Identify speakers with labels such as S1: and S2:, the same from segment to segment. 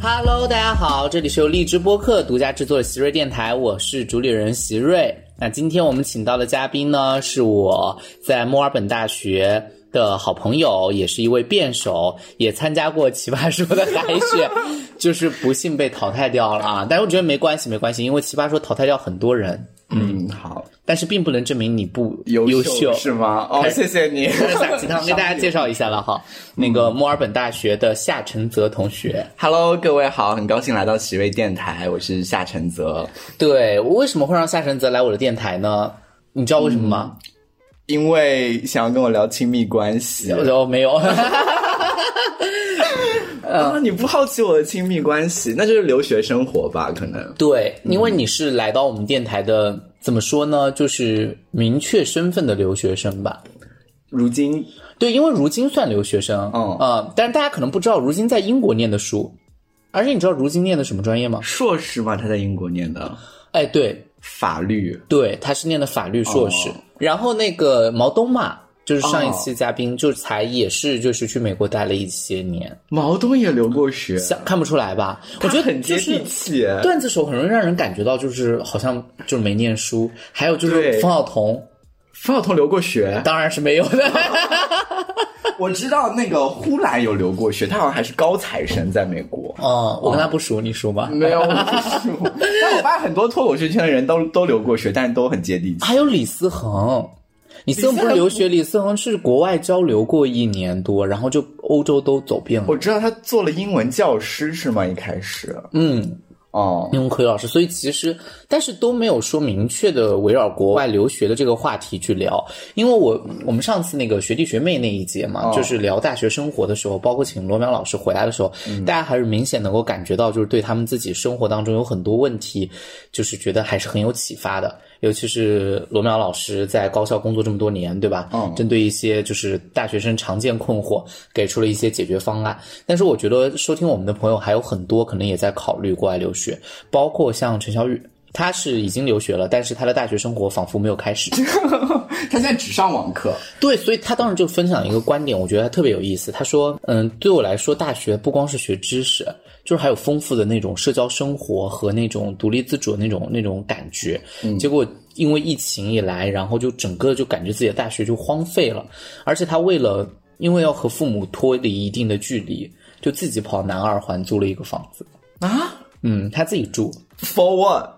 S1: Hello，大家好，这里是由荔枝播客独家制作的席瑞电台，我是主理人席瑞。那今天我们请到的嘉宾呢，是我在墨尔本大学的好朋友，也是一位辩手，也参加过《奇葩说》的海选， 就是不幸被淘汰掉了啊。但是我觉得没关系，没关系，因为《奇葩说》淘汰掉很多人，
S2: 嗯，好，
S1: 但是并不能证明你不
S2: 优
S1: 秀，
S2: 是吗？哦，谢谢你。
S1: 撒 鸡汤，给大家介绍一下了哈。那个墨尔本大学的夏承泽同学，
S2: Hello，各位好，很高兴来到喜瑞电台，我是夏承泽。
S1: 对我为什么会让夏承泽来我的电台呢？你知道为什么吗？
S2: 因为想要跟我聊亲密关系
S1: 然后哦没 有，
S2: 啊，你不好奇我的亲密关系，那就是留学生活吧？可能
S1: 对，因为你是来到我们电台的，怎么说呢？就是明确身份的留学生吧。
S2: 如今
S1: 对，因为如今算留学生，
S2: 嗯
S1: 呃但是大家可能不知道，如今在英国念的书，而且你知道如今念的什么专业吗？
S2: 硕士嘛，他在英国念的
S1: 哎，对，
S2: 法律，
S1: 对，他是念的法律硕士。
S2: 哦
S1: 然后那个毛东嘛，就是上一期嘉宾，就才也是就是去美国待了一些年，
S2: 毛东也留过学，
S1: 想看不出来吧？我觉得
S2: 他很接
S1: 就是
S2: 地气。
S1: 段子手很容易让人感觉到就是好像就是没念书，还有就是
S2: 对
S1: 冯晓彤
S2: 方晓彤留过 学，
S1: 当然是没有的，
S2: 我知道那个呼兰有留过学，他好像还是高材生，在美国。
S1: 哦，我跟他不熟，你熟吗？
S2: 没有，我不熟 但我发现很多脱口秀圈的人都都留过学，但是都很接地气。
S1: 还有李思恒。李思恒不是留学，李思恒是国外交流过一年多，然后就欧洲都走遍了。
S2: 我知道他做了英文教师是吗？一开始，
S1: 嗯，
S2: 哦，
S1: 英文口语老师，所以其实但是都没有说明确的围绕国外留学的这个话题去聊，因为我我们上次那个学弟学妹那一节嘛，
S2: 哦
S1: 就是聊大学生活的时候，包括请罗淼老师回来的时候，大家还是明显能够感觉到，就是对他们自己生活当中有很多问题，就是觉得还是很有启发的。尤其是罗淼老师在高校工作这么多年，对吧？
S2: 嗯
S1: 针对一些就是大学生常见困惑，给出了一些解决方案。但是我觉得收听我们的朋友还有很多可能也在考虑国外留学，包括像陈小雨，他是已经留学了，但是他的大学生活仿佛没有开始。
S2: 他现在只上网课，
S1: 对，所以他当时就分享一个观点，我觉得特别有意思。他说：“嗯，对我来说，大学不光是学知识，就是还有丰富的那种社交生活和那种独立自主的那种那种感觉。结果因为疫情以来，然后就整个就感觉自己的大学就荒废了，而且他为了因为要和父母脱离一定的距离，就自己跑南二环租了一个房子。
S2: 啊
S1: 嗯，他自己住，
S2: ，for what？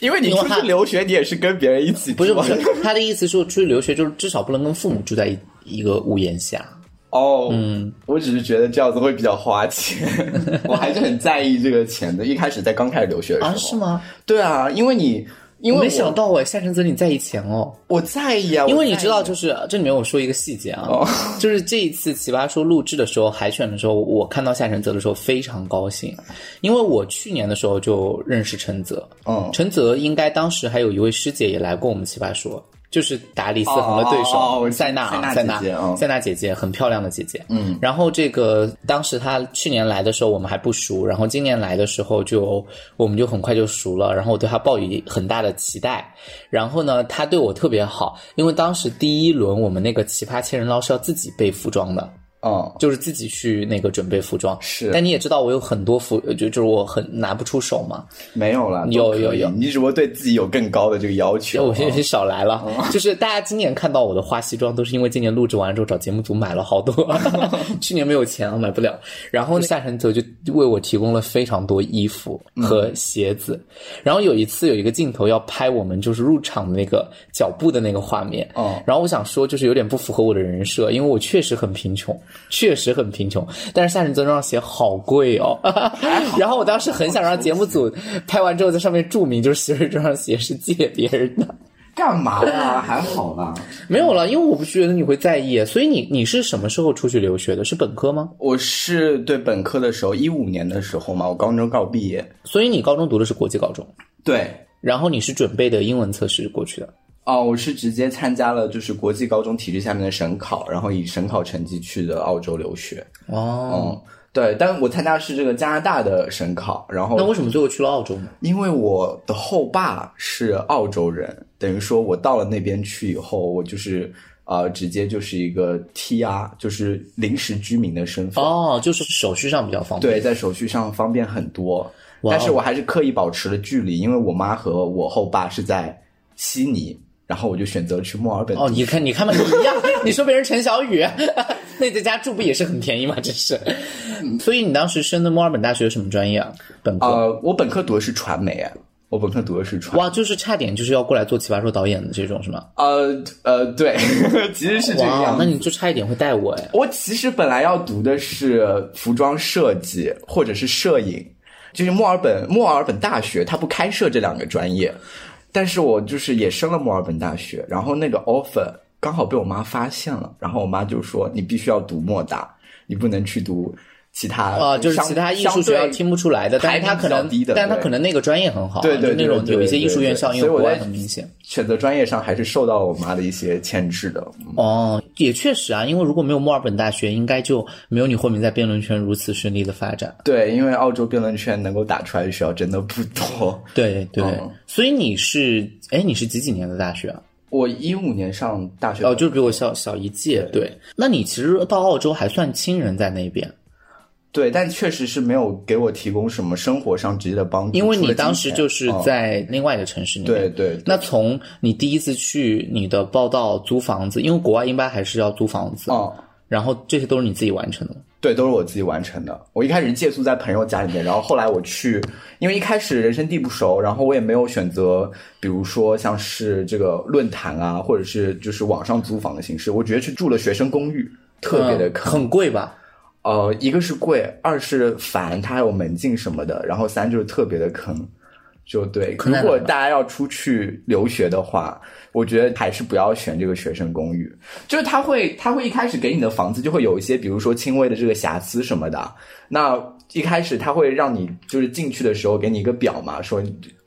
S2: 因为你
S1: 因为
S2: 出
S1: 他
S2: 去留学，你也是跟别人一起住，
S1: 不是不 是，他的意思是我出去留学，就是至少不能跟父母住在一一个屋檐下。
S2: 哦，嗯，我只是觉得这样子会比较花 钱，我还是很在意这个钱的。一开始在刚开始留学的时候，
S1: 啊，是？吗？
S2: 对啊，因为你，因为
S1: 我
S2: 我
S1: 没想到哎，夏承泽你在以前哦，
S2: 我在意啊，
S1: 因为
S2: 我在
S1: 你
S2: 意
S1: 知道，就是这里面我说一个细节啊， 就是这一次奇葩说录制的时候，海选的时候，我看到夏承泽的时候非常高兴，因为我去年的时候就认识陈泽，
S2: 嗯，
S1: 陈泽应该当时还有一位师姐也来过我们奇葩说，就是打李思恒的对手、
S2: 哦哦哦我知
S1: 塞纳啊，塞
S2: 塞
S1: 纳
S2: 纳姐姐嗯
S1: 塞纳姐姐很漂亮的姐姐。嗯，然后这个当时她去年来的时候我们还不熟，然后今年来的时候就我们就很快就熟了，然后我对她抱以很大的期待。然后呢，她对我特别好，因为当时第一轮我们那个奇葩千人捞是要自己备服装的。
S2: 嗯，
S1: 就是自己去那个准备服装，
S2: 是
S1: 但你也知道我有很多服，就就是我很拿不出手嘛，
S2: 没有啦，
S1: 有
S2: 都可以
S1: 有有
S2: 你只不过对自己有更高的这个要求。
S1: 我
S2: 嗯
S1: 先先少来了， 就是大家今年看到我的花西装，都是因为今年录制完之后找节目组买了好 多，去年没有钱啊，买不了。然后夏承泽就为我提供了非常多衣服和鞋子。然后有一次有一个镜头要拍我们就是入场的那个脚步的那个画面，
S2: 哦
S1: 然后我想说就是有点不符合我的人设，因为我确实很贫穷，确实很贫穷。但是夏承泽那双鞋好贵哦， 然后我当时很想让节目组拍完之后在上面注明，就是媳妇儿这双鞋是借别人的。
S2: 干嘛啦？还好啦。
S1: 没有了，因为我不觉得你会在意，所以你你是什么时候出去留学的？是本科吗？
S2: 我是对本科的时候，一五年的时候嘛，我高中刚毕业。
S1: 所以你高中读的是国际高中，
S2: 对，
S1: 然后你是准备的英文测试过去的。
S2: 哦，我是直接参加了就是国际高中体制下面的省考，然后以省考成绩去的澳洲留学。
S1: 哦，
S2: 嗯，对，但我参加的是这个加拿大的省考，然
S1: 那
S2: 后
S1: 为什么最后去了澳洲呢？
S2: 因为我的后爸是澳洲人，等于说我到了那边去以后，我就是呃，直接就是一个 TR，就是临时居民的身份。
S1: 哦，就是手续上比较方便。
S2: 对，在手续上方便很多。
S1: 哇哦
S2: 但是我还是刻意保持了距离，因为我妈和我后爸是在悉尼，然后我就选择去墨尔本。
S1: 哦，你看，你看吧，你一样。你说别人陈小雨， 那在家住不也是很便宜吗？真是。
S2: 嗯
S1: 所以你当时升的墨尔本大学什么专业啊？本科。
S2: 呃，我本科读的是传媒，哎我本科读的是传。
S1: 哇，就是差点就是要过来做《奇葩说》导演的这种是吗？
S2: 呃呃，对， 其实是这个
S1: 哇哦
S2: 样，
S1: 那
S2: 子。
S1: 你就差一点会带我哎。
S2: 我其实本来要读的是服装设计或者是摄影，就是墨尔本墨尔本大学它不开设这两个专业，但是我就是也升了墨尔本大学，然后那个 offer 刚好被我妈发现了，然后我妈就说你必须要读墨大，你不能去读其他
S1: 啊，就是
S2: 呃相
S1: 其他艺术学校
S2: 相对
S1: 听不出来的，但
S2: 排
S1: 是他
S2: 名
S1: 可
S2: 比较
S1: 能
S2: 低的，
S1: 但是他
S2: 对
S1: 可能那个专业很好啊，
S2: 对对
S1: 就那
S2: 对
S1: 种
S2: 对
S1: 有一些
S2: 对
S1: 艺术
S2: 对
S1: 院
S2: 对
S1: 校，因为
S2: 所以我
S1: 国外
S2: 在
S1: 很明显。
S2: 选择专业上还是受到我妈的一些牵制的。
S1: 哦，也确实啊，因为如果没有墨尔本大学，应该就没有你后面在辩论圈如此顺利的发展。
S2: 对，因为澳洲辩论圈能够打出来的学校真的不多。
S1: 对对，
S2: 嗯
S1: 所以你是哎，你是几几年的大学啊？
S2: 我一五年上大学，
S1: 哦，就比我小小一届。对，那你其实到澳洲还算亲人在那边，
S2: 嗯对，但确实是没有给我提供什么生活上直接的帮助，
S1: 因为
S2: 除
S1: 你
S2: 了金
S1: 当时
S2: 钱
S1: 就是
S2: 嗯
S1: 在另外一个城市里面。
S2: 对对
S1: 那从你第一次去你的报道租房子，因为国外一般还是要租房子，
S2: 哦、嗯，
S1: 然后这些都是你自己完成的吗。
S2: 对，都是我自己完成的。我一开始借宿在朋友家里面，然后后来我去，因为一开始人生地不熟，然后我也没有选择，比如说像是这个论坛啊，或者是就是网上租房的形式，我直接去住了学生公寓，特别的
S1: 嗯
S2: 坑。
S1: 很贵吧？
S2: 呃，一个是贵，二是烦，它还有门禁什么的，然后三就是特别的坑，就对。
S1: 坑
S2: 如
S1: 在哪
S2: 果
S1: 呢
S2: 大家要出去留学的话，我觉得还是不要选这个学生公寓，就是他会他会一开始给你的房子就会有一些，比如说轻微的这个瑕疵什么的。那一开始他会让你就是进去的时候给你一个表嘛，说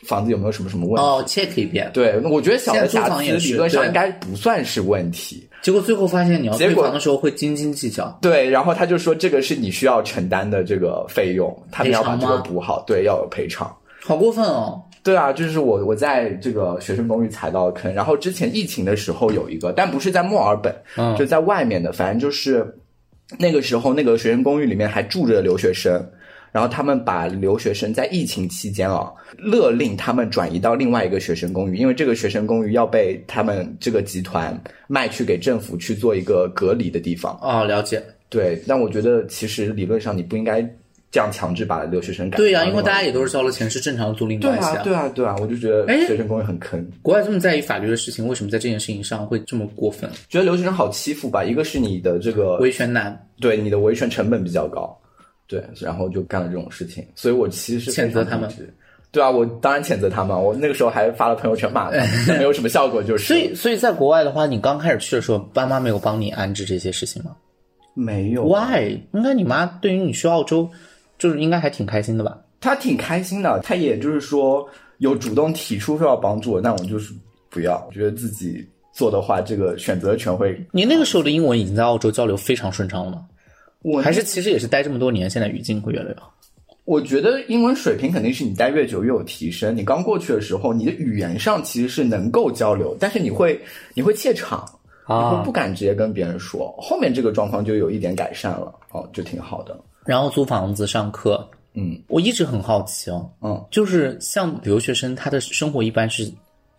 S2: 房子有没有什么什么问题。
S1: 哦，check 一遍，
S2: 啊对，那我觉得小的
S1: 现在
S2: 瑕
S1: 租房
S2: 疵
S1: 也
S2: 理
S1: 是
S2: 论上
S1: 对
S2: 应该不算是问题。
S1: 结果最后发现你要
S2: 结
S1: 退
S2: 果
S1: 房的时候会斤斤计较。
S2: 对，然后他就说这个是你需要承担的这个费用，他们要把
S1: 赔
S2: 这
S1: 偿
S2: 个
S1: 吗
S2: 补好，对，要有赔偿。
S1: 好过分哦！
S2: 对啊，就是我我在这个学生公寓踩到的坑，然后之前疫情的时候有一个，但不是在墨尔本，
S1: 嗯
S2: 就在外面的，反正就是那个时候那个学生公寓里面还住着留学生，然后他们把留学生在疫情期间啊勒令他们转移到另外一个学生公寓，因为这个学生公寓要被他们这个集团卖去给政府去做一个隔离的地方。
S1: 哦，了解。
S2: 对，但我觉得其实理论上你不应该这样强制把留学生赶。
S1: 对呀、因为大家也都是交了钱，是正常的租赁
S2: 对
S1: 关系
S2: 啊，对啊，对啊，我就觉得
S1: 哎
S2: 学生公寓很坑，
S1: 国外这么在意法律的事情，为什么在这件事情上会这么过分？
S2: 觉得留学生好欺负吧。一个是你的这个
S1: 维权难，
S2: 对你的维权成本比较高，对，然后就干了这种事情，所以我其实是
S1: 谴责他们
S2: 非常抵制。对啊，我当然谴责他们，我那个时候还发了朋友圈骂他们， 但没有什么效果，就是
S1: 所以所以在国外的话，你刚开始去的时候，爸妈没有帮你安置这些事情吗
S2: 没有
S1: ？Why？应该你妈对于你去澳洲，就是应该还挺开心的吧？
S2: 他挺开心的，他也就是说有主动提出说要帮助我，但我就是不要，我觉得自己做的话，这个选择权会
S1: 你那个时候的英文已经在澳洲交流非常顺畅了吗？
S2: 我
S1: 还是其实也是待这么多年，现在语境会越来越好？
S2: 我觉得英文水平肯定是你待越久越有提升。你刚过去的时候，你的语言上其实是能够交流，但是你会你会怯场，你
S1: 啊
S2: 会不敢直接跟别人说。后面这个状况就有一点改善了，哦，就挺好的。
S1: 然后租房子、上课，
S2: 嗯
S1: 我一直很好奇哦，
S2: 嗯，
S1: 就是像留学生，他的生活一般是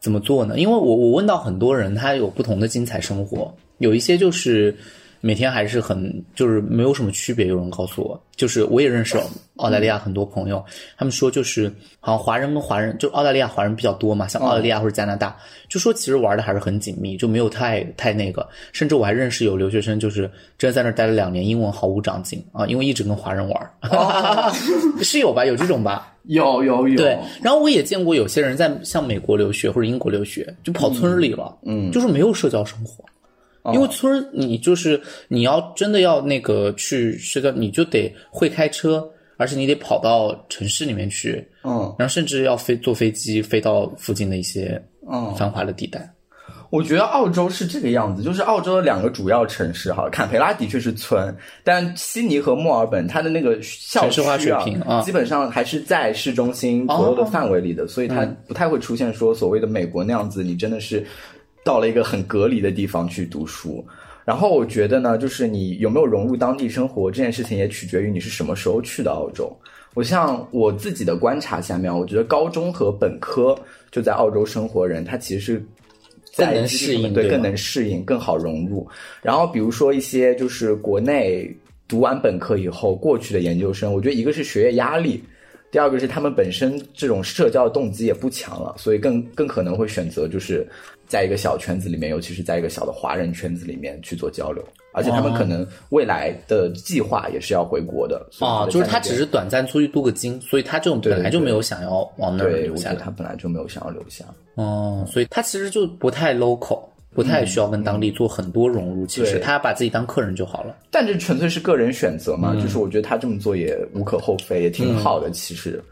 S1: 怎么做呢？因为我我问到很多人，他有不同的精彩生活，有一些就是每天还是很就是没有什么区别。有人告诉我，就是我也认识澳大利亚很多朋友，他们说就是好像华人跟华人，就澳大利亚华人比较多嘛，像澳大利亚或者加拿大，就说其实玩的还是很紧密，就没有太太那个。甚至我还认识有留学生，就是真的在那儿待了两年，英文毫无长进啊，因为一直跟华人玩， 是有吧？有这种吧？
S2: 有有有，
S1: 对，然后我也见过有些人在像美国留学或者英国留学，就跑村儿里了，
S2: 嗯哦
S1: 就是没有社交生活，因为村儿你就是你要真的要那个去社交，你就得会开车，而且你得跑到城市里面去，
S2: 嗯
S1: 然后甚至要飞坐飞机飞到附近的一些
S2: 嗯，
S1: 繁华的地带。
S2: 我觉得澳洲是这个样子，就是澳洲的两个主要城市哈，坎培拉的确是村，但悉尼和墨尔本它的那个校
S1: 城市化
S2: 区啊
S1: 水平啊哦
S2: 基本上还是在市中
S1: 嗯
S2: 心左右的范围里的，所以它不太会出现说所谓的美国那样子，你真的是。到了一个很隔离的地方去读书。然后我觉得呢，就是你有没有融入当地生活这件事情，也取决于你是什么时候去的澳洲。我像我自己的观察下面，我觉得高中和本科就在澳洲生活人，他其实是在
S1: 更能
S2: 这些
S1: 适应
S2: 对
S1: 对吧
S2: 更能适应，更好融入。然后比如说一些就是国内读完本科以后过去的研究生，我觉得一个是学业压力。第二个是他们本身这种社交动机也不强了，所以更更可能会选择就是在一个小圈子里面，尤其是在一个小的华人圈子里面去做交流，而且他们
S1: 哦
S2: 可能未来的计划也是要回国的所以
S1: 啊，就是他只
S2: 是。
S1: 是短暂出去镀个金，所以他这种
S2: 对对
S1: 本来就
S2: 对
S1: 没有想要往那儿
S2: 对，
S1: 留
S2: 我
S1: 下
S2: 觉得
S1: 来。
S2: 他本来就没有想要留下。
S1: 哦，所以他其实就不太 local，不太需要跟当地做很多融入。其实
S2: 对
S1: 他把自己当客人就好了。
S2: 但这纯粹是个人选择
S1: 嗯
S2: 嘛，就是我觉得他这么做也无可厚非，也挺好的。其实，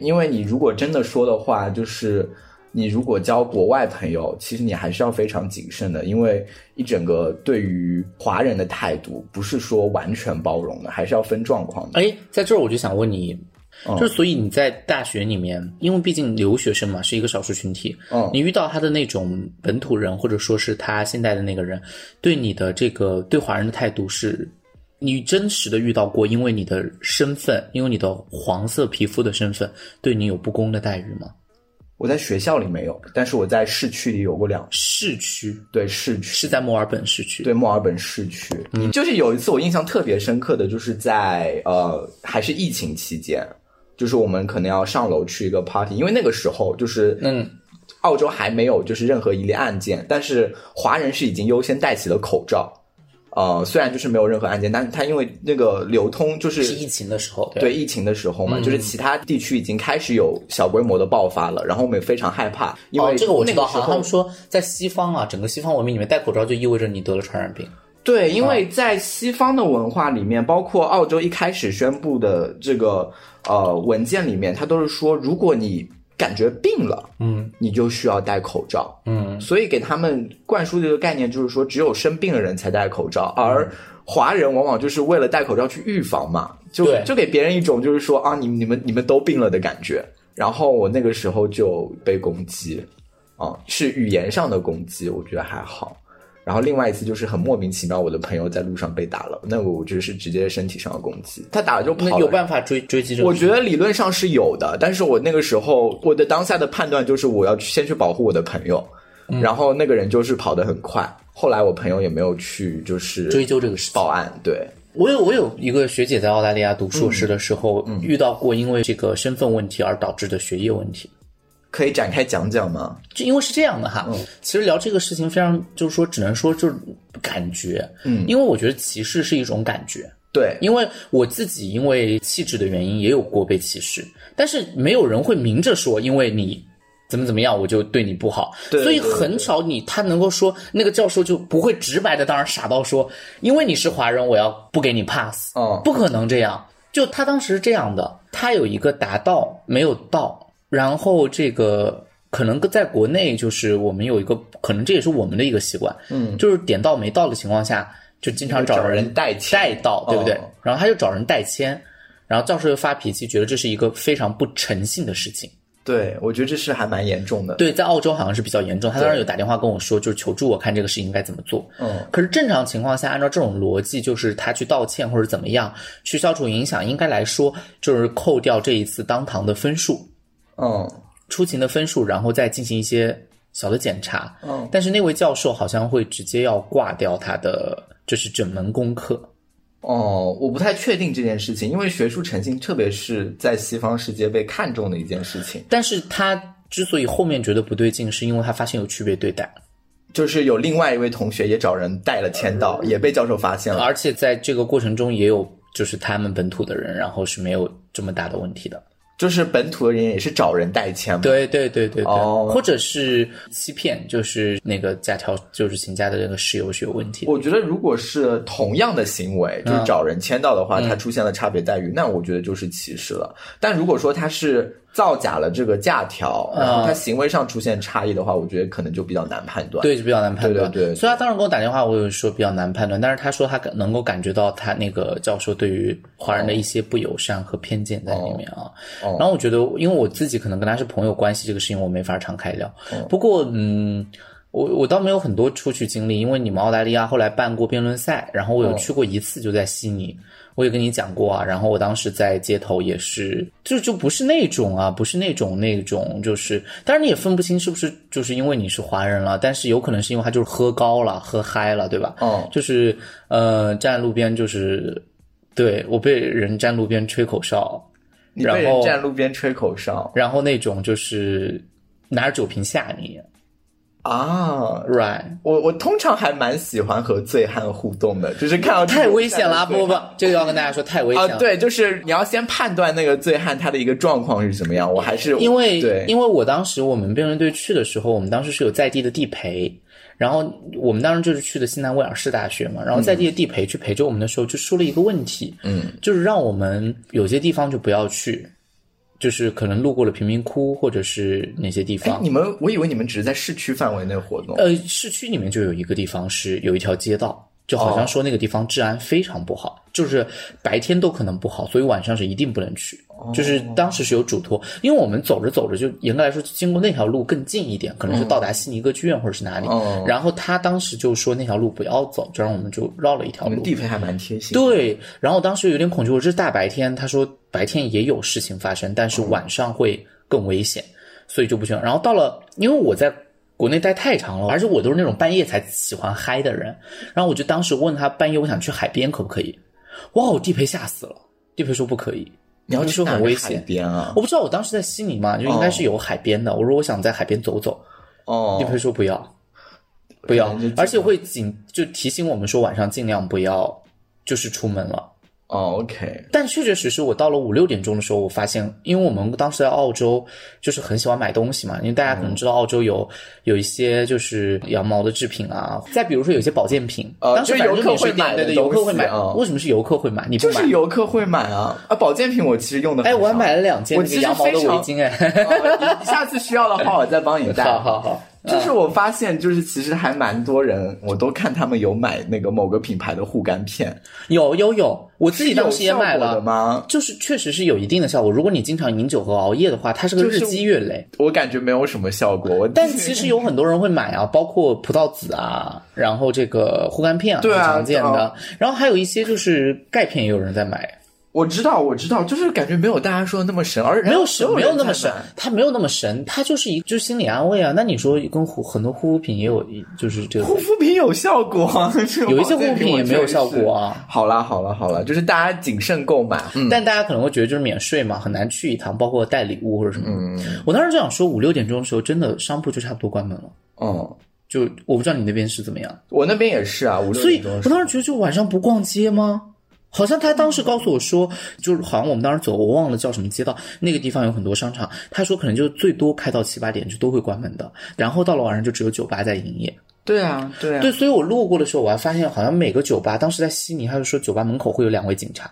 S2: 因为你如果真的说的话，就是你如果交国外朋友，其实你还是要非常谨慎的，因为一整个对于华人的态度不是说完全包容的，还是要分状况的。
S1: 哎，在这儿我就想问你，
S2: 嗯
S1: 就是所以你在大学里面，因为毕竟留学生嘛是一个少数群体，
S2: 嗯
S1: 你遇到他的那种本土人，或者说是他现在的那个人，对你的这个对华人的态度是，你真实的遇到过，因为你的身份，因为你的黄色皮肤的身份，对你有不公的待遇吗？
S2: 我在学校里没有，但是我在市区里有过两
S1: 市区
S2: 对市区
S1: 是在墨尔本市区，
S2: 对墨尔本市区，
S1: 嗯
S2: 就是有一次我印象特别深刻的，就是在呃还是疫情期间，就是我们可能要上楼去一个 party，因为那个时候就是
S1: 嗯，
S2: 澳洲还没有就是任何一例案件，但是华人是已经优先戴起了口罩，呃虽然就是没有任何案件，但是它因为那个流通就是
S1: 是疫情嗯的时候，吧
S2: 对疫情的时候嘛，就是其他地区已经开始有小规模的爆发了，然后我们也非常害怕，因为、
S1: 哦，这个我
S2: 那
S1: 知
S2: 个
S1: 道，
S2: 时
S1: 好像
S2: 候
S1: 他们说在西方啊，整个西方文明里面戴口罩就意味着你得了传染病。
S2: 对，因
S1: 啊
S2: 为在西方的文化里面，包括澳洲一开始宣布的这个呃文件里面，它都是说，如果你感觉病了，
S1: 嗯，
S2: 你就需要戴口罩。
S1: 嗯，
S2: 所以给他们灌输的一个概念就是说，只有生病的人才戴口罩，
S1: 嗯
S2: 而华人往往就是为了戴口罩去预防嘛，就
S1: 对
S2: 就给别人一种就是说啊，你你们你们都病了的感觉。然后我那个时候就被攻击，啊，是语言上的攻击，我觉得还好。然后另外一次就是很莫名其妙，我的朋友在路上被打了，那个我觉得是直接身体上的攻击，他打了就跑
S1: 那
S2: 了。
S1: 有办法追追击这个？
S2: 我觉得理论上是有的，但是我那个时候我的当下的判断就是我要去先去保护我的朋友，
S1: 嗯
S2: 然后那个人就是跑得很快，后来我朋友也没有去就是
S1: 追究这个事情
S2: 报案，对，
S1: 我有我有一个学姐在澳大利亚读硕士的时候，遇到过因为这个身份问题而导致的学业问题。
S2: 可以展开讲讲吗？
S1: 就因为是这样的哈，其实聊这个事情非常就是说，只能说就是感觉，嗯，因为我觉得歧视是一种感觉，
S2: 对，
S1: 因为我自己因为气质的原因也有过被歧视，但是没有人会明着说，因为你怎么怎么样，我就对你不好。
S2: 对
S1: 所以
S2: 对对
S1: 很少你他能够说那个教授就不会直白的，当然傻到说，因为你是华人，我要不给你 pass，、
S2: 嗯
S1: 不可能这样。就他当时是这样的，他有一个达到没有到，然后这个。可能在国内，就是我们有一个，可能这也是我们的一个习惯，嗯，就是点到没到的情况下，就经常
S2: 找
S1: 人
S2: 人代签
S1: 代到，对不对？
S2: 哦
S1: 然后他就找人代签，然后教授又发脾气，觉得这是一个非常不诚信的事情。
S2: 对，我觉得这事还蛮严重的，
S1: 对，在澳洲好像是比较严重，他当时有打电话跟我说，就是求助我看这个事情该怎么做。
S2: 嗯，
S1: 可是正常情况下，按照这种逻辑，就是他去道歉或者怎么样去消除影响，应该来说就是扣掉这一次当堂的分数、
S2: 嗯
S1: 出勤的分数，然后再进行一些小的检查。
S2: 嗯，
S1: 但是那位教授好像会直接要挂掉他的就是整门功课。
S2: 哦，我不太确定这件事情，因为学术诚信，特别是在西方世界被看重的一件事情，
S1: 但是他之所以后面觉得不对劲，是因为他发现有区别对待，
S2: 就是有另外一位同学也找人代了签到，也被教授发现了。
S1: 而且在这个过程中也有就是他们本土的人，然后是没有这么大的问题的。
S2: 就是本土的人也是找人代签嘛，
S1: 对对对对对，
S2: 哦
S1: 或者是欺骗，就是那个假条就是请假的那个事由是有问题的。
S2: 我觉得如果是同样的行为，
S1: 嗯
S2: 就是找人签到的话，它出现了差别待遇，那我觉得就是歧视了。但如果说他是造假了这个假条，然
S1: 嗯
S2: 后他行为上出现差异的话，我觉得可能就比较难判断。，
S1: 对，就比较难判断。
S2: 对对对
S1: 所以他当时给我打电话，我有说比较难判断，但是他说他感能够感觉到他那个教授对于华人的一些不友善和偏见在里面啊。
S2: 哦
S1: 然后我
S2: 哦
S1: 觉得，因为我自己可能跟他是朋友关系，这个事情我没法敞开聊。不过，嗯，我我倒没有很多出去经历，因为你们澳大利亚后来办过辩论赛，然后我有去过一次，就在悉尼，我也跟你讲过啊。然后我当时在街头也是，就就不是那种啊，不是那种那种，就是当然你也分不清是不是就是因为你是华人了，但是有可能是因为他就是喝高了，喝嗨了，对吧？
S2: 哦，
S1: 就是呃，站路边就是，对我被人站路边吹口哨，
S2: 你被
S1: 然
S2: 人
S1: 后
S2: 站路边吹口哨
S1: 然后那种就是拿着酒瓶吓你
S2: 啊！
S1: ，right。
S2: 我我通常还蛮喜欢和醉汉互动的，就是看 到
S1: 太危险了，阿
S2: 了，
S1: 波波，这个要跟大家说太危
S2: 啊
S1: 险了。，
S2: 对，就是你要先判断那个醉汉他的一个状况是怎么样。我还是
S1: 因为
S2: 对，
S1: 因为我当时我们辩论队去的时候，我们当时是有在地的地陪，然后我们当时就是去的西南威尔士大学嘛，然后在地的地陪去陪着我们的时候，就说了一个问题，
S2: 嗯，
S1: 就是让我们有些地方就不要去，就是可能路过了贫民窟或者是哪些地
S2: 哎，
S1: 方
S2: 你。们我以为你们只是在市区范围内活动，
S1: 呃，市区里面就有一个地方是有一条街道，就好
S2: 哦
S1: 像说那个地方治安非常不好，就是白天都可能不好，所以晚上是一定不能去。
S2: 哦
S1: 就是当时是有嘱托，因为我们走着走着就严格来说，经过那条路更近一点，可能是到达悉尼歌剧院或者是哪里。
S2: 嗯哦
S1: 然后他当时就说那条路不要走，就让我们就绕了一条
S2: 你们
S1: 路。
S2: 地陪还蛮贴心。，
S1: 对，然后当时有点恐惧，我这是大白天，他说白天也有事情发生，但是晚上会更危险，所以就不去了。然后到了，因为我在国内待太长了，而且我都是那种半夜才喜欢嗨的人，然后我就当时问他半夜我想去海边可不可以，哇，我地陪吓死了，地陪说不可以。
S2: 你要
S1: 你
S2: 去
S1: 说
S2: 哪
S1: 很
S2: 个
S1: 危
S2: 海
S1: 险
S2: 边啊？
S1: 我不知道我当时在悉尼嘛，就应该是有海边的。我说我想在海边走走，
S2: 哦，
S1: 地陪说不要，不要
S2: 可能就，
S1: 而且会警就提醒我们说晚上尽量不要就是出门了。
S2: 哦，OK，
S1: 但确确实实，我到了五六点钟的时候，我发现，因为我们当时在澳洲，就是很喜欢买东西嘛，因为大家
S2: 嗯
S1: 可能知道澳洲有有一些就是羊毛的制品啊，再比如说有一些保健品，
S2: 呃
S1: 当时反正
S2: 就游客
S1: 免税
S2: 会买
S1: 店对对，
S2: 的
S1: 游客
S2: 东
S1: 会
S2: 西
S1: 买
S2: 啊，
S1: 为什么是游客会买？你不
S2: 就
S1: 买
S2: 是？游客会买啊啊，保健品我其实用的
S1: 哎，我还
S2: 很少
S1: 买了两件
S2: 我
S1: 那
S2: 其
S1: 个
S2: 实
S1: 羊毛的
S2: 非
S1: 围
S2: 常
S1: 巾，哎，
S2: 哦你下次需要的话，我再帮你带。
S1: 好好好，
S2: 就是我发现，就是其实还蛮多人，我都看他们有买那个某个品牌的护肝片，
S1: 有有有，我自己
S2: 有
S1: 当时也
S2: 效果
S1: 买
S2: 的
S1: 了。
S2: 吗？
S1: 就是确实是有一定的效果。如果你经常饮酒和熬夜的话，它是个
S2: 就
S1: 日
S2: 是
S1: 积月累。
S2: 我感觉没有什么效果。我
S1: 但其实有很多人会买啊，包括葡萄籽啊，然后这个护肝片啊，
S2: 对啊
S1: 很常见
S2: 对
S1: 的
S2: 啊。
S1: 然后还有一些就是钙片，也有人在买，
S2: 我知道，我知道，就是感觉没有大家说的那么神，而
S1: 没有
S2: 神
S1: 神，，没有那么神，它没有那么神，它就是一就是心理安慰啊。那你说跟护很多护肤品也有，就是这个
S2: 护肤品有效果啊，这个
S1: 有一些
S2: 保健
S1: 护肤品也没有
S2: 我确实
S1: 效果啊
S2: 是。好啦，好啦，好啦，就是大家谨慎购买。嗯，
S1: 但大家可能会觉得就是免税嘛，很难去一趟，包括带礼物或者什么。
S2: 嗯
S1: 我当时就想说，五六点钟的时候，真的商铺就差不多关门了。
S2: 嗯，
S1: 就我不知道你那边是怎么样，
S2: 我那边也是啊，五六
S1: 所以
S2: 点钟
S1: 我
S2: 的时候。
S1: 当时觉得，就晚上不逛街吗？好像他当时告诉我说，就是好像我们当时走，我忘了叫什么街道，那个地方有很多商场。他说可能就最多开到七八点就都会关门的，然后到了晚上就只有酒吧在营业。
S2: 对啊，对啊，
S1: 对，所以我路过的时候，我还发现好像每个酒吧，当时在悉尼，他就说酒吧门口会有两位警察，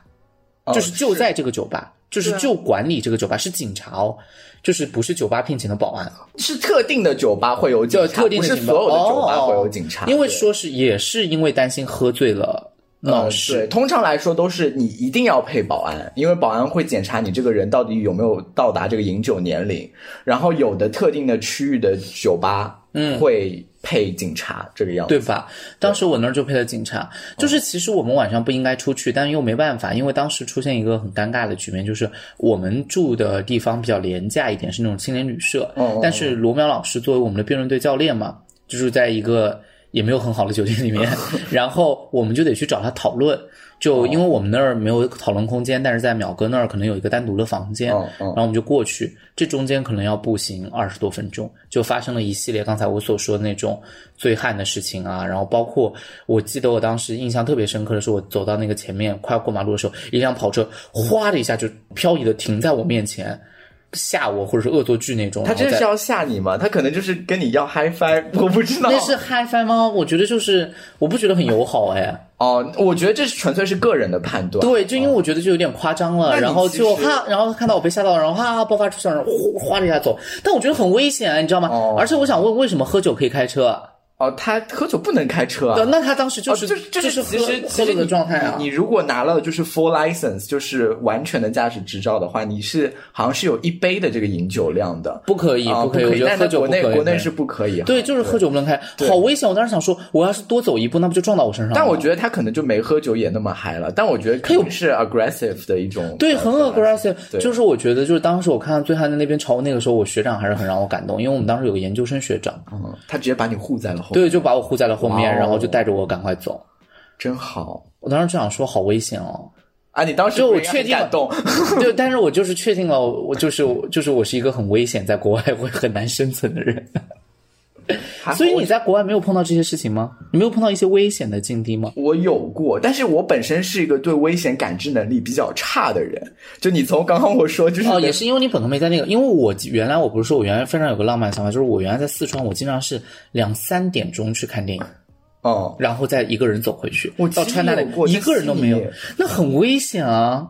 S2: 哦
S1: 就是就在这个酒吧，就是就管理这个酒吧是警察哦，就是不是酒吧聘请的保安。
S2: 是特定的酒吧会有警察，
S1: 特定
S2: 不
S1: 的
S2: 是
S1: 情报
S2: 所有的酒吧
S1: 哦
S2: 会有警察，
S1: 因为
S2: 对
S1: 说是也是因为担心喝醉了闹
S2: 呃
S1: 事，
S2: 对，通常来说都是你一定要配保安，因为保安会检查你这个人到底有没有到达这个饮酒年龄。然后有的特定的区域的酒吧，嗯，会配警察这个样子。
S1: 对吧？当时我那儿就配了警察，就是
S2: 嗯
S1: 其实我们晚上不应该出去，但又没办法，因为当时出现一个很尴尬的局面，就是我们住的地方比较廉价一点，是那种青年旅社
S2: 哦哦哦，
S1: 但是罗淼老师作为我们的辩论队教练嘛，就是在一个也没有很好的酒店 里面，然后我们就得去找他讨论。
S2: 哦
S1: 就因为我们那儿没有讨论空间，但是在淼哥那儿可能有一个单独的房间，
S2: 哦哦
S1: 然后我们就过去，这中间可能要步行二十多分钟，就发生了一系列刚才我所说的那种醉汉的事情啊，然后包括我记得我当时印象特别深刻的是，我走到那个前面快要过马路的时候，一辆跑车哗的一下就漂移的停在我面前，吓我或者是恶作剧那种，
S2: 他
S1: 然后
S2: 真的
S1: 再
S2: 是要吓你吗？他可能就是跟你要 high five，我不知道。
S1: 那是嗨翻吗？我觉得就是我不觉得很友好哎，
S2: 哦，我觉得这是纯粹是个人的判断。
S1: 对，就因为我觉得就有点夸张了，
S2: 嗯那你
S1: 然后
S2: 其
S1: 就
S2: 实
S1: 哈，然后看到我被吓到了，然后哈哈爆发出笑声，哗哗的一下走，但我觉得很危险，你知道吗？
S2: 哦
S1: 而且我想问，为什么喝酒可以开车？啊
S2: 哦，他喝酒不能开车啊。
S1: 那他当时就
S2: 哦，
S1: 是、
S2: 这这
S1: 就是
S2: 其实
S1: 喝
S2: 其
S1: 喝
S2: 实
S1: 了的
S2: 你
S1: 状态啊
S2: 你。你如果拿了就是 full license，就是完全的驾驶执照的话，你是好像是有一杯的这个饮酒量的。
S1: 不可以，
S2: 啊
S1: 可以，我觉得
S2: 但
S1: 喝
S2: 在
S1: 酒
S2: 国
S1: 不可
S2: 内
S1: 以。
S2: 国内是不可以。
S1: 对，就是喝酒不能开，好危险！我当时想说，我要是多走一步，那不就撞到我身上了？
S2: 但我觉得他可能就没喝酒也那么嗨了，但我觉得肯定是 aggressive 的一种，
S1: 对，很 aggressive，
S2: 对
S1: 就是我觉得，就是当时我看到醉汉在那边朝我那个时候，我学长还是很让我感动，因为我们当时有个研究生学长，
S2: 嗯，他直接把你护在了后面，
S1: 对，就把我护在了后面，
S2: 哇哦
S1: 然后就带着我赶快走。
S2: 真好
S1: 我当时就想说，好危险哦！
S2: 啊！你当时
S1: 就我
S2: 不应该
S1: 确
S2: 很
S1: 定了
S2: 感 动，
S1: 就但是我就是确定了，我就是就是我是一个很危险，在国外会很难生存的人。
S2: 还好
S1: 所以
S2: 我
S1: 你在国外没有碰到这些事情吗？你没有碰到一些危险的境地吗？
S2: 我有过，但是我本身是一个对危险感知能力比较差的人。就你从刚刚我说，就是
S1: 哦，也是因为你本科没在那个，因为我原来我不是说我原来非常有个浪漫的想法，就是我原来在四川，我经常是两三点钟去看电影，
S2: 哦，
S1: 然后再一个人走回去，
S2: 我
S1: 到
S2: 其实
S1: 川大那
S2: 有过
S1: 一
S2: 在
S1: 个人都没有
S2: 悉尼，
S1: 那很危险啊！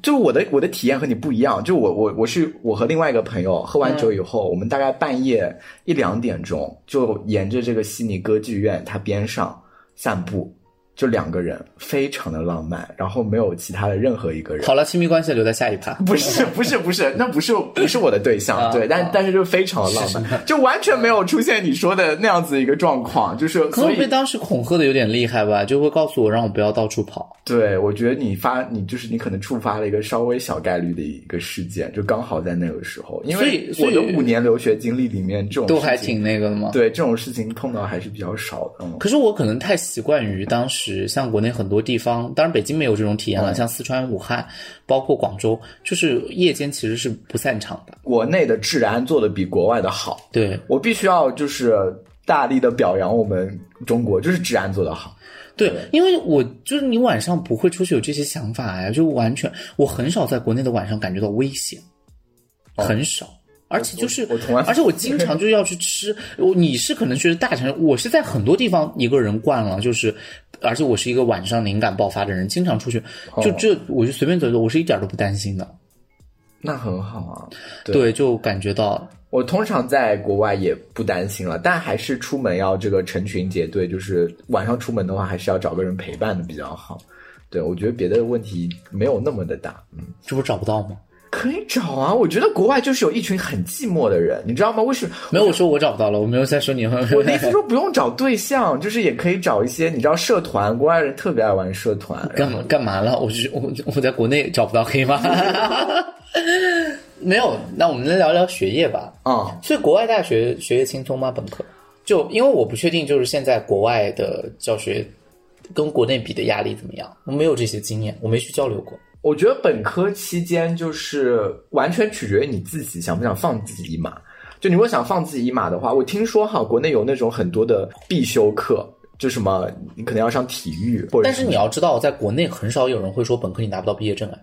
S2: 就我的我的体验和你不一样。就我我我是我和另外一个朋友喝完酒以
S1: 嗯
S2: 后，我们大概半夜一两点钟就沿着这个悉尼歌剧院它边上散步，就两个人，非常的浪漫，然后没有其他的任何一 个人。
S1: 好了，亲密关系留在下一趴。
S2: 不是 不是不是，那不是不是我的对象，
S1: 啊
S2: 对，但但是就非常的浪漫，就完全没有出现你说的那样子一个状况，就是
S1: 可能
S2: 所
S1: 我被
S2: 以
S1: 当时恐吓的有点厉害吧，就会告诉我让我不要到处跑。
S2: 对我觉得你发你就是你可能触发了一个稍微小概率的一个事件，就刚好在那个时候，因
S1: 所
S2: 为
S1: 以所
S2: 我
S1: 以
S2: 的五年留学经历里面这种
S1: 都还
S2: 事情
S1: 挺那个的嘛。
S2: 对这种事情碰到还是比较少的，嗯
S1: 可是我可能太习惯于当时像国内很多地方，当然北京没有这种体验了，像四川、武汉，包括广州，就是夜间其实是不散场的。
S2: 国内的治安做的比国外的好，
S1: 对
S2: 我必须要就是大力的表扬我们中国，就是治安做的好，
S1: 对，因为我就是你晚上不会出去有这些想法呀，就完全我很少在国内的晚上感觉到危险，很少。而且就是
S2: 哦我我从来，不
S1: 而且我经常就要去吃。我你是可能去大城市，我是在很多地方一个人惯了，就是，而且我是一个晚上灵感爆发的人，经常出去，就
S2: 哦
S1: 这我就随便走一走，我是一点儿都不担心的。
S2: 那很好啊，对
S1: 对，就感觉到
S2: 我通常在国外也不担心了，但还是出门要这个成群结队，就是晚上出门的话，还是要找个人陪伴的比较好。对，我觉得别的问题没有那么的大，嗯，
S1: 这不找不到吗？
S2: 可以找啊。我觉得国外就是有一群很寂寞的人，你知道吗？为什么？
S1: 没有，我说我找不到了，我没有在说你。
S2: 我的意思说不用找对象，就是也可以找一些，你知道社团，国外人特别爱玩社团，
S1: 干嘛干嘛了？我是我我在国内找不到黑吗？ 没有，那我们来聊聊学业吧。
S2: 啊、
S1: 所以国外大学学业轻松吗？本科就因为我不确定，就是现在国外的教学跟国内比的压力怎么样？我没有这些经验，我没去交流过。
S2: 我觉得本科期间就是完全取决于你自己想不想放自己一马。就你如果想放自己一马的话，我听说哈，国内有那种很多的必修课，就什么你可能要上体育，或者
S1: 但是你要知道，在国内很少有人会说本科你拿不到毕业证哎。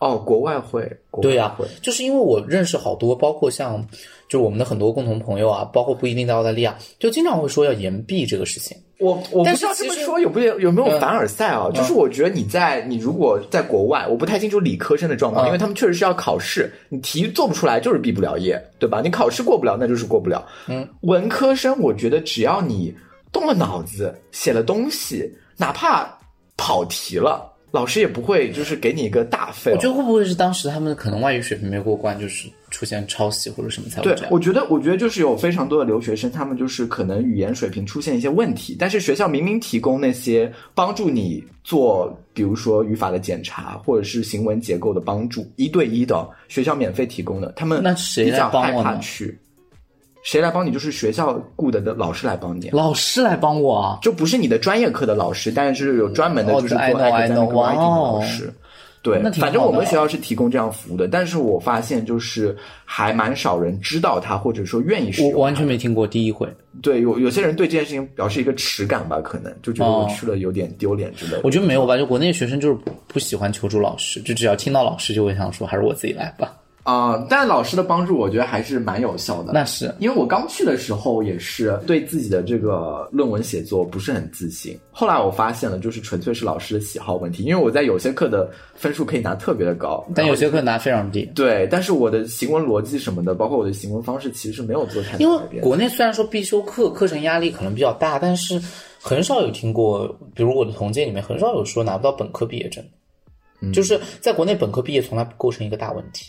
S2: 哦，国外会，国外
S1: 对呀、
S2: 会，
S1: 就是因为我认识好多，包括像就我们的很多共同朋友啊，包括不一定在澳大利亚，就经常会说要延毕这个事情。
S2: 我我不
S1: 但是
S2: 知道这么
S1: 其实嗯
S2: 说有不有有没有凡尔赛啊？就是我觉得你在你如果在国外，我不太清楚理科生的状
S1: 嗯
S2: 况，因为他们确实是要考试，你题做不出来就是毕不了业，对吧？你考试过不了，那就是过不了。
S1: 嗯，
S2: 文科生我觉得只要你动了脑子，写了东西，哪怕跑题了，老师也不会就是给你一个大分。
S1: 我觉得会不会是当时他们可能外语水平没过关，就是出现抄袭或者什么才会
S2: 对
S1: 这，样？
S2: 我觉得，我觉得就是有非常多的留学生，他们就是可能语言水平出现一些问题，但是学校明明提供那些帮助你做，比如说语法的检查，或者是行文结构的帮助，一对一的，学校免费提供的，他们
S1: 那谁
S2: 比较
S1: 来帮
S2: 害
S1: 我
S2: 怕
S1: 呢
S2: 去，谁来帮你？就是学校雇的的老师来帮你。啊
S1: 老师来帮我啊！
S2: 就不是你的专业课的老师，但是有专门的
S1: 哦
S2: 就是做
S1: I know, I know,
S2: academic writing 的老
S1: 哇哦
S2: 师。对
S1: 那，挺
S2: 反正我
S1: 好
S2: 们
S1: 的
S2: 学校是提供这样服务的，但是我发现就是还蛮少人知道它，或者说愿意使
S1: 我
S2: 用。
S1: 我完全没听过，第一回。
S2: 对，有有些人对这件事情表示一个耻感吧，可能就觉得我
S1: 哦
S2: 去了有点丢脸之类的。
S1: 我觉得没有吧，就国内学生就是不不喜欢求助老师，就只要听到老师就会想说，还是我自己来吧。
S2: 啊、但老师的帮助我觉得还是蛮有效的。
S1: 那是
S2: 因为我刚去的时候也是对自己的这个论文写作不是很自信，后来我发现了，就是纯粹是老师的喜好问题。因为我在有些课的分数可以拿特别的高，
S1: 但有
S2: 然后
S1: 些课拿非常低。
S2: 对，但是我的行文逻辑什么的，包括我的行文方式，其实没有做太
S1: 因
S2: 多改
S1: 为
S2: 变。
S1: 国内虽然说必修课课程压力可能比较大，但是很少有听过，比如我的同届里面很少有说拿不到本科毕业证，
S2: 嗯
S1: 就是在国内本科毕业从来不构成一个大问题，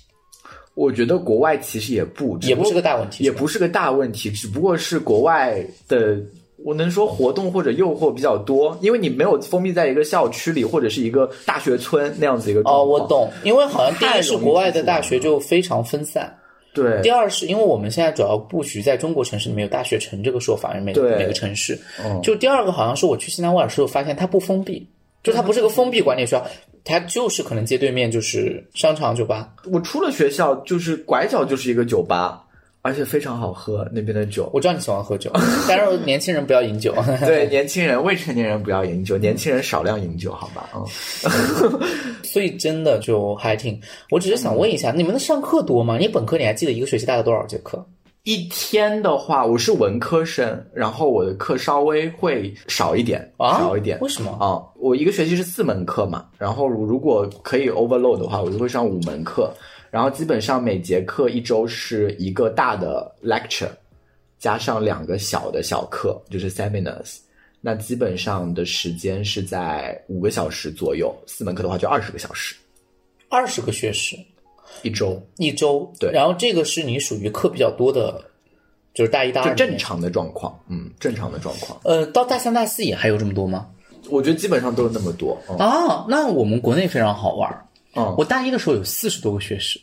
S2: 我觉得国外其实也不，只
S1: 也不
S2: 过
S1: 是个大问题，
S2: 也
S1: 是吧
S2: 不是个大问题，只不过是国外的，我能说活动或者诱惑比较多，因为你没有封闭在一个校区里或者是一个大学村那样子一个
S1: 哦，
S2: 状
S1: 我
S2: 况。
S1: 懂，因为好像第
S2: 太
S1: 一是
S2: 容易
S1: 国外的
S2: 出
S1: 大
S2: 错
S1: 学就非常分散，
S2: 对
S1: 第，二是因为我们现在主要布局在中国城市里面有大学城这个说法，因为每
S2: 对
S1: 每个城市
S2: 嗯。
S1: 就第二个好像是我去新南威尔士，我发现它不封闭，就它不是个封闭管理学校，它就是可能街对面就是商场酒吧。
S2: 我出了学校就是拐角就是一个酒吧，而且非常好喝那边的酒。
S1: 我知道你喜欢喝酒，但是年轻人不要饮酒。
S2: 对年轻人、未成年人不要饮酒，年轻人少量饮酒，好吧？嗯，
S1: 所以真的就还挺，我只是想问一下，你们的上课多吗？你本科你还记得一个学期大概多少节课？
S2: 一天的话，我是文科生，然后我的课稍微会少一点，
S1: 啊，
S2: 少一点。
S1: 为什么？
S2: 啊、我一个学期是四门课嘛，然后如果可以 overload 的话，我就会上五门课，然后基本上每节课一周是一个大的 lecture，加上两个小的小课，就是 seminars。那基本上的时间是在五个小时左右，四门课的话就二十个小时
S1: 二十个学时，
S2: 一周，
S1: 一周。
S2: 对
S1: 然后这个是你属于课比较多的，就是大一、大
S2: 就
S1: 二里面
S2: 正常的状况，嗯，正常的状况，
S1: 呃，到大三、大四也还有这么多吗？
S2: 我觉得基本上都是那么多，嗯
S1: 啊，那我们国内非常好玩儿。
S2: 嗯，
S1: 我大一的时候有四十多个学时，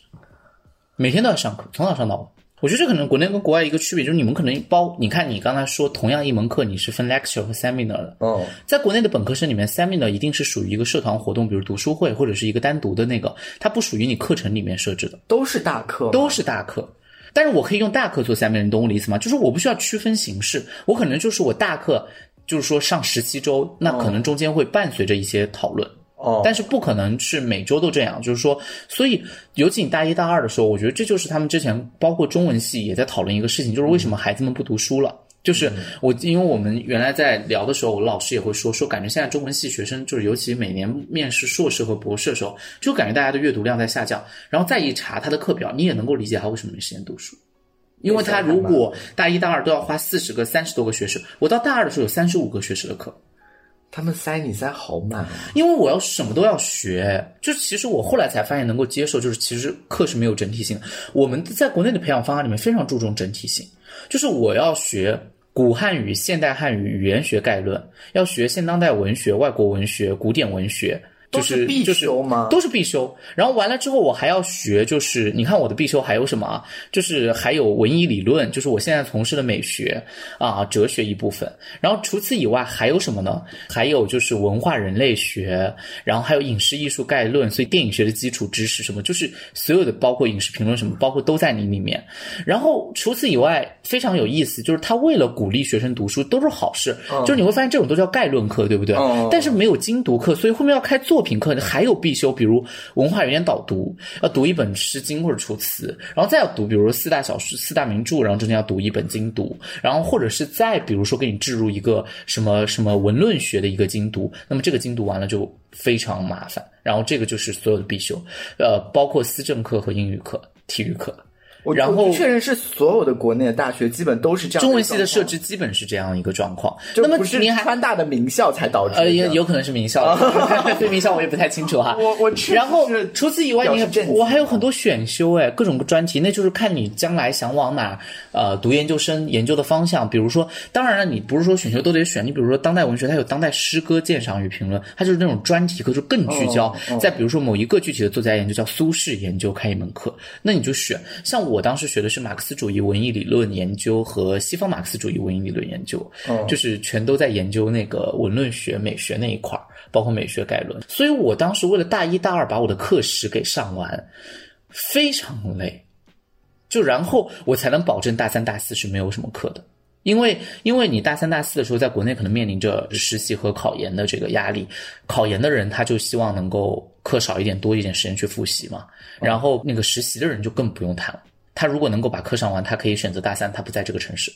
S1: 每天都要上课，从早上到晚。我觉得这可能国内跟国外一个区别，就是你们可能包，你看你刚才说同样一门课，你是分 lecture 和 seminar 的。
S2: 嗯，
S1: 在国内的本科生里面，seminar 一定是属于一个社团活动，比如读书会或者是一个单独的那个，它不属于你课程里面设置的，
S2: 都是大课嘛，
S1: 都是大课。但是我可以用大课做 seminar，你懂我的意思吗？就是我不需要区分形式，我可能就是我大课就是说上十七周，那可能中间会伴随着一些讨论。
S2: 哦，
S1: 但是不可能是每周都这样，就是说，所以尤其你大一大二的时候，我觉得这就是他们之前包括中文系也在讨论一个事情，就是为什么孩子们不读书了。就是我，因为我们原来在聊的时候，我老师也会说说，感觉现在中文系学生就是，尤其每年面试硕士和博士的时候，就感觉大家的阅读量在下降。然后再一查他的课表，你也能够理解他为什么没时间读书，因为他如果大一大二都要花四十个、三十多个学时，我到大二的时候有三十五个学时的课，
S2: 他们塞你塞好满啊，
S1: 因为我要什么都要学，就其实我后来才发现能够接受，就是其实课是没有整体性的。我们在国内的培养方案里面非常注重整体性，就是我要学古汉语、现代汉语语言学概论，要学现当代文学、外国文学、古典文学。就
S2: 都
S1: 是
S2: 是必
S1: 就是
S2: 修吗
S1: 都是必修。然后完了之后，我还要学，就是你看我的必修还有什么啊？就是还有文艺理论，就是我现在从事的美学啊，哲学一部分。然后除此以外还有什么呢？还有就是文化人类学，然后还有影视艺术概论，所以电影学的基础知识什么，就是所有的包括影视评论什么，包括都在你里面。然后除此以外，非常有意思，就是他为了鼓励学生读书，都是好事。就是你会发现这种都叫概论课，对不对？
S2: 嗯
S1: 但是没有精读课，所以后面要开作品课，还有必修，比如文化语言导读，要读一本《诗经》或者《楚辞》，然后再要读，比如说四大小说、四大名著，然后中间要读一本精读，然后或者是再比如说给你置入一个什么什么文论学的一个精读，那么这个精读完了就非常麻烦，然后这个就是所有的必修，呃，包括思政课和英语课、体育课。
S2: 我
S1: 然后
S2: 我确实是所有的国内的大学基本都是这样
S1: 中文系的
S2: 状况
S1: 设，置基本是这样一个状况，
S2: 就
S1: 那么
S2: 不是
S1: 你还
S2: 川大的名校才导致的。
S1: 呃，也有可能是名校， 对名校我也不太清楚哈。
S2: 我我确实
S1: 然后
S2: 是
S1: 除此以外，
S2: 表
S1: 你
S2: 示
S1: 还
S2: 震惊
S1: 我还有很多选修哎，各种专题，那就是看你将来想往哪儿呃读研究生研究的方向。比如说，当然了，你不是说选修都得选，你比如说当代文学，它有当代诗歌鉴赏与评论，它就是那种专题课，就更聚
S2: 哦
S1: 焦。再比如说某一个具体的作家研究，叫苏轼研究，开一门课，那你就选。像我当时学的是马克思主义文艺理论研究和西方马克思主义文艺理论研究，
S2: 哦嗯
S1: 就是全都在研究那个文论学、美学那一块儿，包括美学概论。所以我当时为了大一大二把我的课时给上完，非常累，就然后我才能保证大三大四是没有什么课的。因为因为你大三大四的时候，在国内可能面临着实习和考研的这个压力，考研的人他就希望能够课少一点，多一点时间去复习嘛。然后那个实习的人就更不用谈了，他如果能够把课上完，他可以选择大三，他不在这个城市。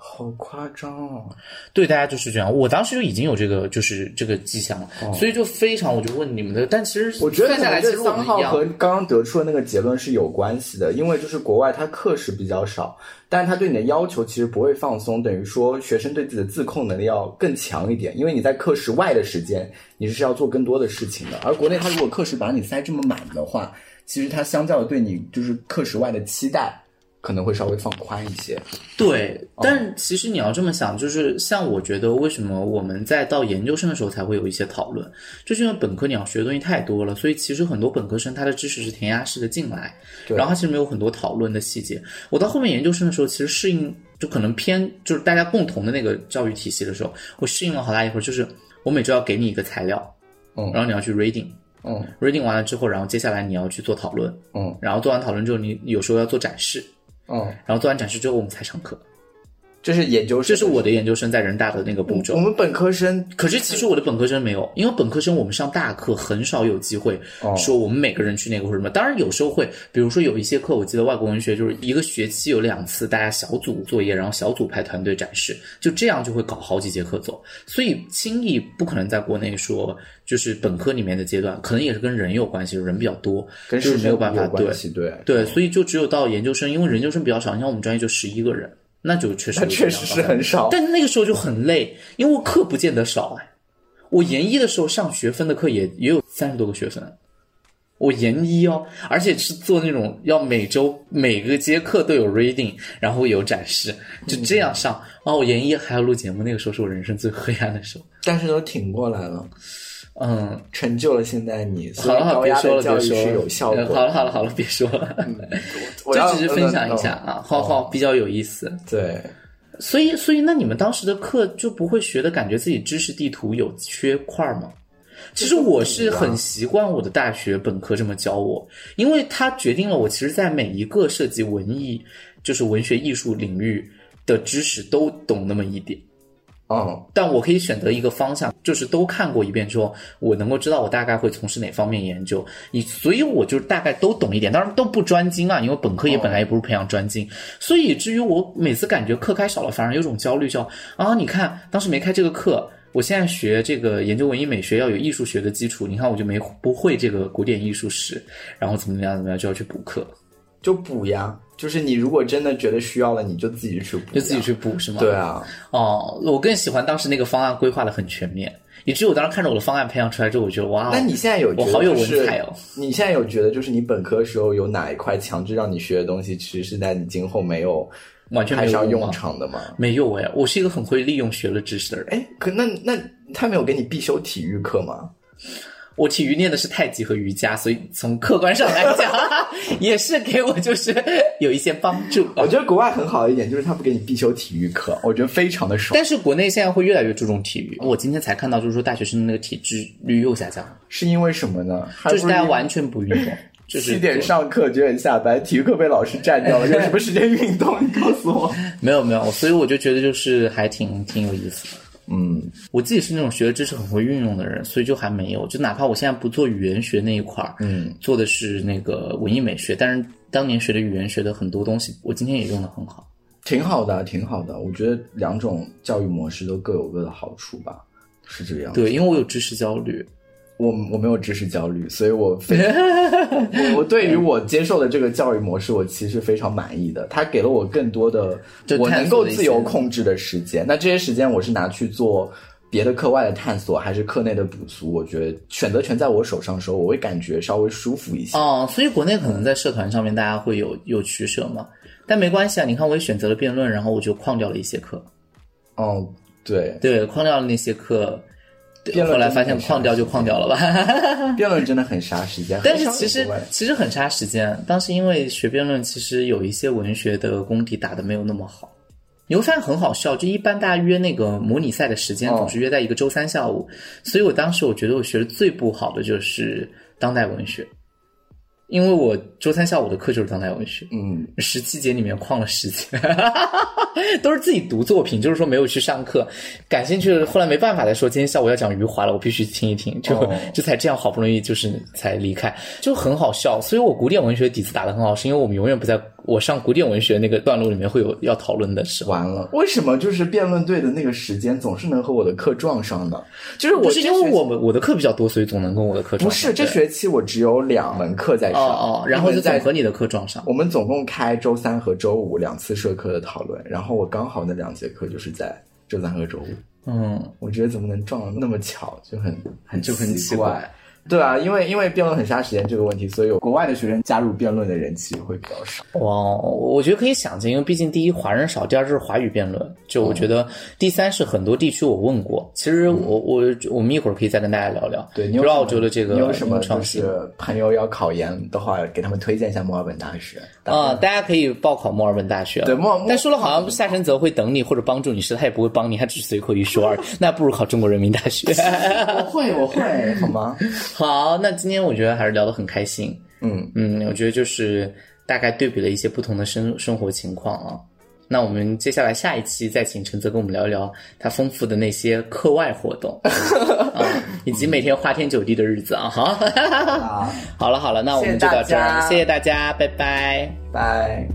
S2: 好夸张哦！
S1: 对，大家就是这样。我当时就已经有这个，就是这个迹象了，所以就非常，我就问你们的。但其实
S2: 哦我觉得
S1: 算下来，其实我
S2: 桑
S1: 们
S2: 浩
S1: 一样
S2: 和。刚刚得出的那个结论是有关系的，因为就是国外它课时比较少，但是他对你的要求其实不会放松，等于说学生对自己的自控能力要更强一点，因为你在课时外的时间你是要做更多的事情的，而国内他如果课时把你塞这么满的话，其实他相较的对你就是课时外的期待可能会稍微放宽一些。
S1: 对，
S2: 哦
S1: 但其实你要这么想，就是像我觉得，为什么我们在到研究生的时候才会有一些讨论，就是因为本科你要学的东西太多了，所以其实很多本科生他的知识是填鸭式的进来，
S2: 对
S1: 然后他其实没有很多讨论的细节。我到后面研究生的时候，其实适应就可能偏就是大家共同的那个教育体系的时候，我适应了好大一会儿，就是我每周要给你一个材料，
S2: 嗯
S1: 然后你要去 reading。
S2: 嗯
S1: reading 完了之后，然后接下来你要去做讨论，
S2: 嗯
S1: 然后做完讨论之后，你有时候要做展示，
S2: 嗯，
S1: 然后做完展示之后，我们才上课。
S2: 这是研究生，
S1: 这是我的研究生在人大的那个步
S2: 我
S1: 骤。
S2: 们本科生
S1: 可是其实我的本科生没有，因为本科生我们上大课很少有机会
S2: 哦
S1: 说我们每个人去那个或者什么。当然有时候会，比如说有一些课，我记得外国文学就是一个学期有两次大家小组作业，然后小组派团队展示，就这样就会搞好几节课走。所以轻易不可能在国内说就是本科里面的阶段，可能也是跟人有关系，人比较多，
S2: 跟
S1: 就是
S2: 师
S1: 没
S2: 生
S1: 有办法
S2: 有
S1: 对
S2: 关系，对
S1: 对，所以就只有到研究生，因为研究生比较少，你像我们专业就十一个人，那就确实
S2: 那
S1: 有
S2: 确
S1: 点
S2: 实
S1: 麻
S2: 是
S1: 烦
S2: 很少。
S1: 但那个时候就很累，因为我课不见得少哎。我研一的时候上学分的课也也有三十多个学分，我研一哦，而且是做那种要每周每个节课都有 reading，然后有展示，就这样上。然后我研一还要录节目，那个时候是我人生最黑暗的时候。
S2: 但是都挺过来了，
S1: 嗯，
S2: 成就了现在你。所
S1: 好
S2: 以
S1: 了好
S2: 高
S1: 了，别
S2: 压
S1: 说
S2: 的
S1: 了
S2: 教
S1: 别
S2: 育
S1: 说
S2: 是
S1: 了，
S2: 有效
S1: 嗯
S2: 果的。嗯
S1: 好了好了好了，别说了，
S2: 我
S1: 这
S2: 要嗯
S1: 只是分享一下。啊，好好比较有意思。
S2: 对，
S1: 所以，所以那你们当时的课就不会学的感觉自己知识地图有缺块吗？其实我是很习惯我的大学本科这么教我，因为它决定了我其实，在每一个涉及文艺，就是文学艺术领域的知识都懂那么一点。
S2: 嗯，
S1: 但我可以选择一个方向，就是都看过一遍之后，我能够知道我大概会从事哪方面研究。你所以我就大概都懂一点，当然都不专精啊，因为本科也
S2: 哦
S1: 本来也不是培养专精，所以至于我每次感觉课开少了，反而有种焦虑，叫啊，你看当时没开这个课。我现在学这个研究文艺美学要有艺术学的基础，你看我就没不会这个古典艺术史，然后怎么怎么样怎么样就要去补课，
S2: 就补呀，就是你如果真的觉得需要了，你就自己去补呀，
S1: 就自己去补是吗？
S2: 对啊，
S1: 哦，我更喜欢当时那个方案规划的很全面，以至于我当时看着我的方案培养出来之后，我觉得哇哦，
S2: 那你现在有觉
S1: 我
S2: 得
S1: 好有
S2: 就
S1: 文
S2: 是
S1: 采哦。
S2: 你现在有觉得就是你本科时候有哪一块强制让你学的东西，其实是在你今后没有
S1: 完全没
S2: 派
S1: 有
S2: 上
S1: 用
S2: 用
S1: 吗
S2: 场的吗？
S1: 没有哎，我是一个很会利用学了知识的人。
S2: 哎，可那那他没有给你必修体育课吗？
S1: 我体育练的是太极和瑜伽，所以从客观上来 讲，也是给我就是有一些帮助。
S2: 我觉得国外很好一点，就是他不给你必修体育课，我觉得非常的爽。
S1: 但是国内现在会越来越注重体育，我今天才看到，就是说大学生的那个体脂率又下降了，
S2: 是因为什么呢？还
S1: 就是
S2: 不
S1: 大家
S2: 因为
S1: 完全不运动，就是
S2: 七点上课，九点下班，体育课被老师占掉了，有什么时间运动？你告诉我。
S1: 没有没有，所以我就觉得就是还挺挺有意思的。
S2: 嗯，
S1: 我自己是那种学了知识很会运用的人，所以就还没有。就哪怕我现在不做语言学那一块儿，
S2: 嗯，
S1: 做的是那个文艺美学，但是当年学的语言学的很多东西，我今天也用的很好。
S2: 挺好的，啊挺好的。我觉得两种教育模式都各有各的好处吧，是这样。
S1: 对，因为我有知识焦虑，
S2: 我我没有知识焦虑，所以我非 我我对于我接受的这个教育模式，我其实非常满意的。它给了我更多的
S1: 就
S2: 我
S1: 探
S2: 能
S1: 索
S2: 够
S1: 的一
S2: 自
S1: 些
S2: 由控制的时间。那这些时间我是拿去做别的课外的探索，还是课内的补足？我觉得选择权在我手上的时候，我会感觉稍微舒服一些。
S1: 哦，所以国内可能在社团上面大家会有有取舍嘛，但没关系啊。你看，我也选择了辩论，然后我就旷掉了一些课，
S2: 嗯，对，
S1: 对，旷掉了那些课，对
S2: 辩论
S1: 后来
S2: 真的
S1: 发现
S2: 很
S1: 旷掉就旷掉了吧。
S2: 辩论真的很杀时间，
S1: 但
S2: 很
S1: 是
S2: 伤
S1: 其实
S2: 国外
S1: 其实很杀时间。当时因为学辩论，其实有一些文学的功底打得没有那么好。你会发现很好笑，就一般大家约那个模拟赛的时间，
S2: 哦
S1: 总是约在一个周三下午。所以我当时我觉得我学的最不好的就是当代文学，因为我周三下午的课就是当代文学，
S2: 嗯，
S1: 十七节里面旷了十节， 都是自己读作品，就是说没有去上课，感兴趣的后来没办法再说，今天下午要讲余华了，我必须听一听，就、
S2: 哦
S1: 就才这样好不容易就是才离开， 就很好笑。所以我古典文学底子打得很好，是因为我们永远不在我上古典文学那个段落里面会有要讨论的时候。
S2: 完了，为什么就是辩论队的那个时间总是能和我的课撞上呢？就是我
S1: 不
S2: 这
S1: 是因为
S2: 学期
S1: 我们我的课比较多，所以总能跟我的课撞上。
S2: 不是这
S1: 对
S2: 学期我只有两门课在
S1: 哦
S2: 上，
S1: 哦，然后
S2: 一
S1: 就
S2: 门
S1: 总
S2: 在
S1: 和你的课撞上。
S2: 我们总共开周三和周五两次社科的讨论，然后我刚好那两节课就是在周三和周五。
S1: 嗯，
S2: 我觉得怎么能撞得那么巧，就 很很
S1: 就很奇
S2: 奇
S1: 怪。
S2: 对啊，因为因为辩论很杀时间这个问题，所以国外的学生加入辩论的人气会比较少。
S1: 哇，我觉得可以想见，因为毕竟第一华人少，第二就是华语辩论，就我觉得
S2: 哦
S1: 第三是很多地区我问过，其实我我我们一会儿可以再跟大家聊聊，
S2: 嗯对你
S1: 就
S2: 有
S1: 是
S2: 什么
S1: 澳洲的这个
S2: 你有什么
S1: 创
S2: 嗯就
S1: 新。
S2: 是朋友要考研的话，给他们推荐一下墨尔本大学。
S1: 啊、大家可以报考墨尔本大学。
S2: 对墨墨
S1: 但 说了好像夏承泽会等你或者帮助你是，他也不会帮你，他只是随口一说而 已。那不如考中国人民大学。
S2: 我会，我会，好吗？
S1: 好，那今天我觉得还是聊得很开心。
S2: 嗯，
S1: 嗯，我觉得就是大概对比了一些不同的生生活情况啊。那我们接下来下一期再请陈泽跟我们聊一聊他丰富的那些课外活动，啊，以及每天花天酒地的日子啊。好，
S2: 好，
S1: 好了好了，那我们就到这儿，谢谢大家，拜拜。
S2: 拜。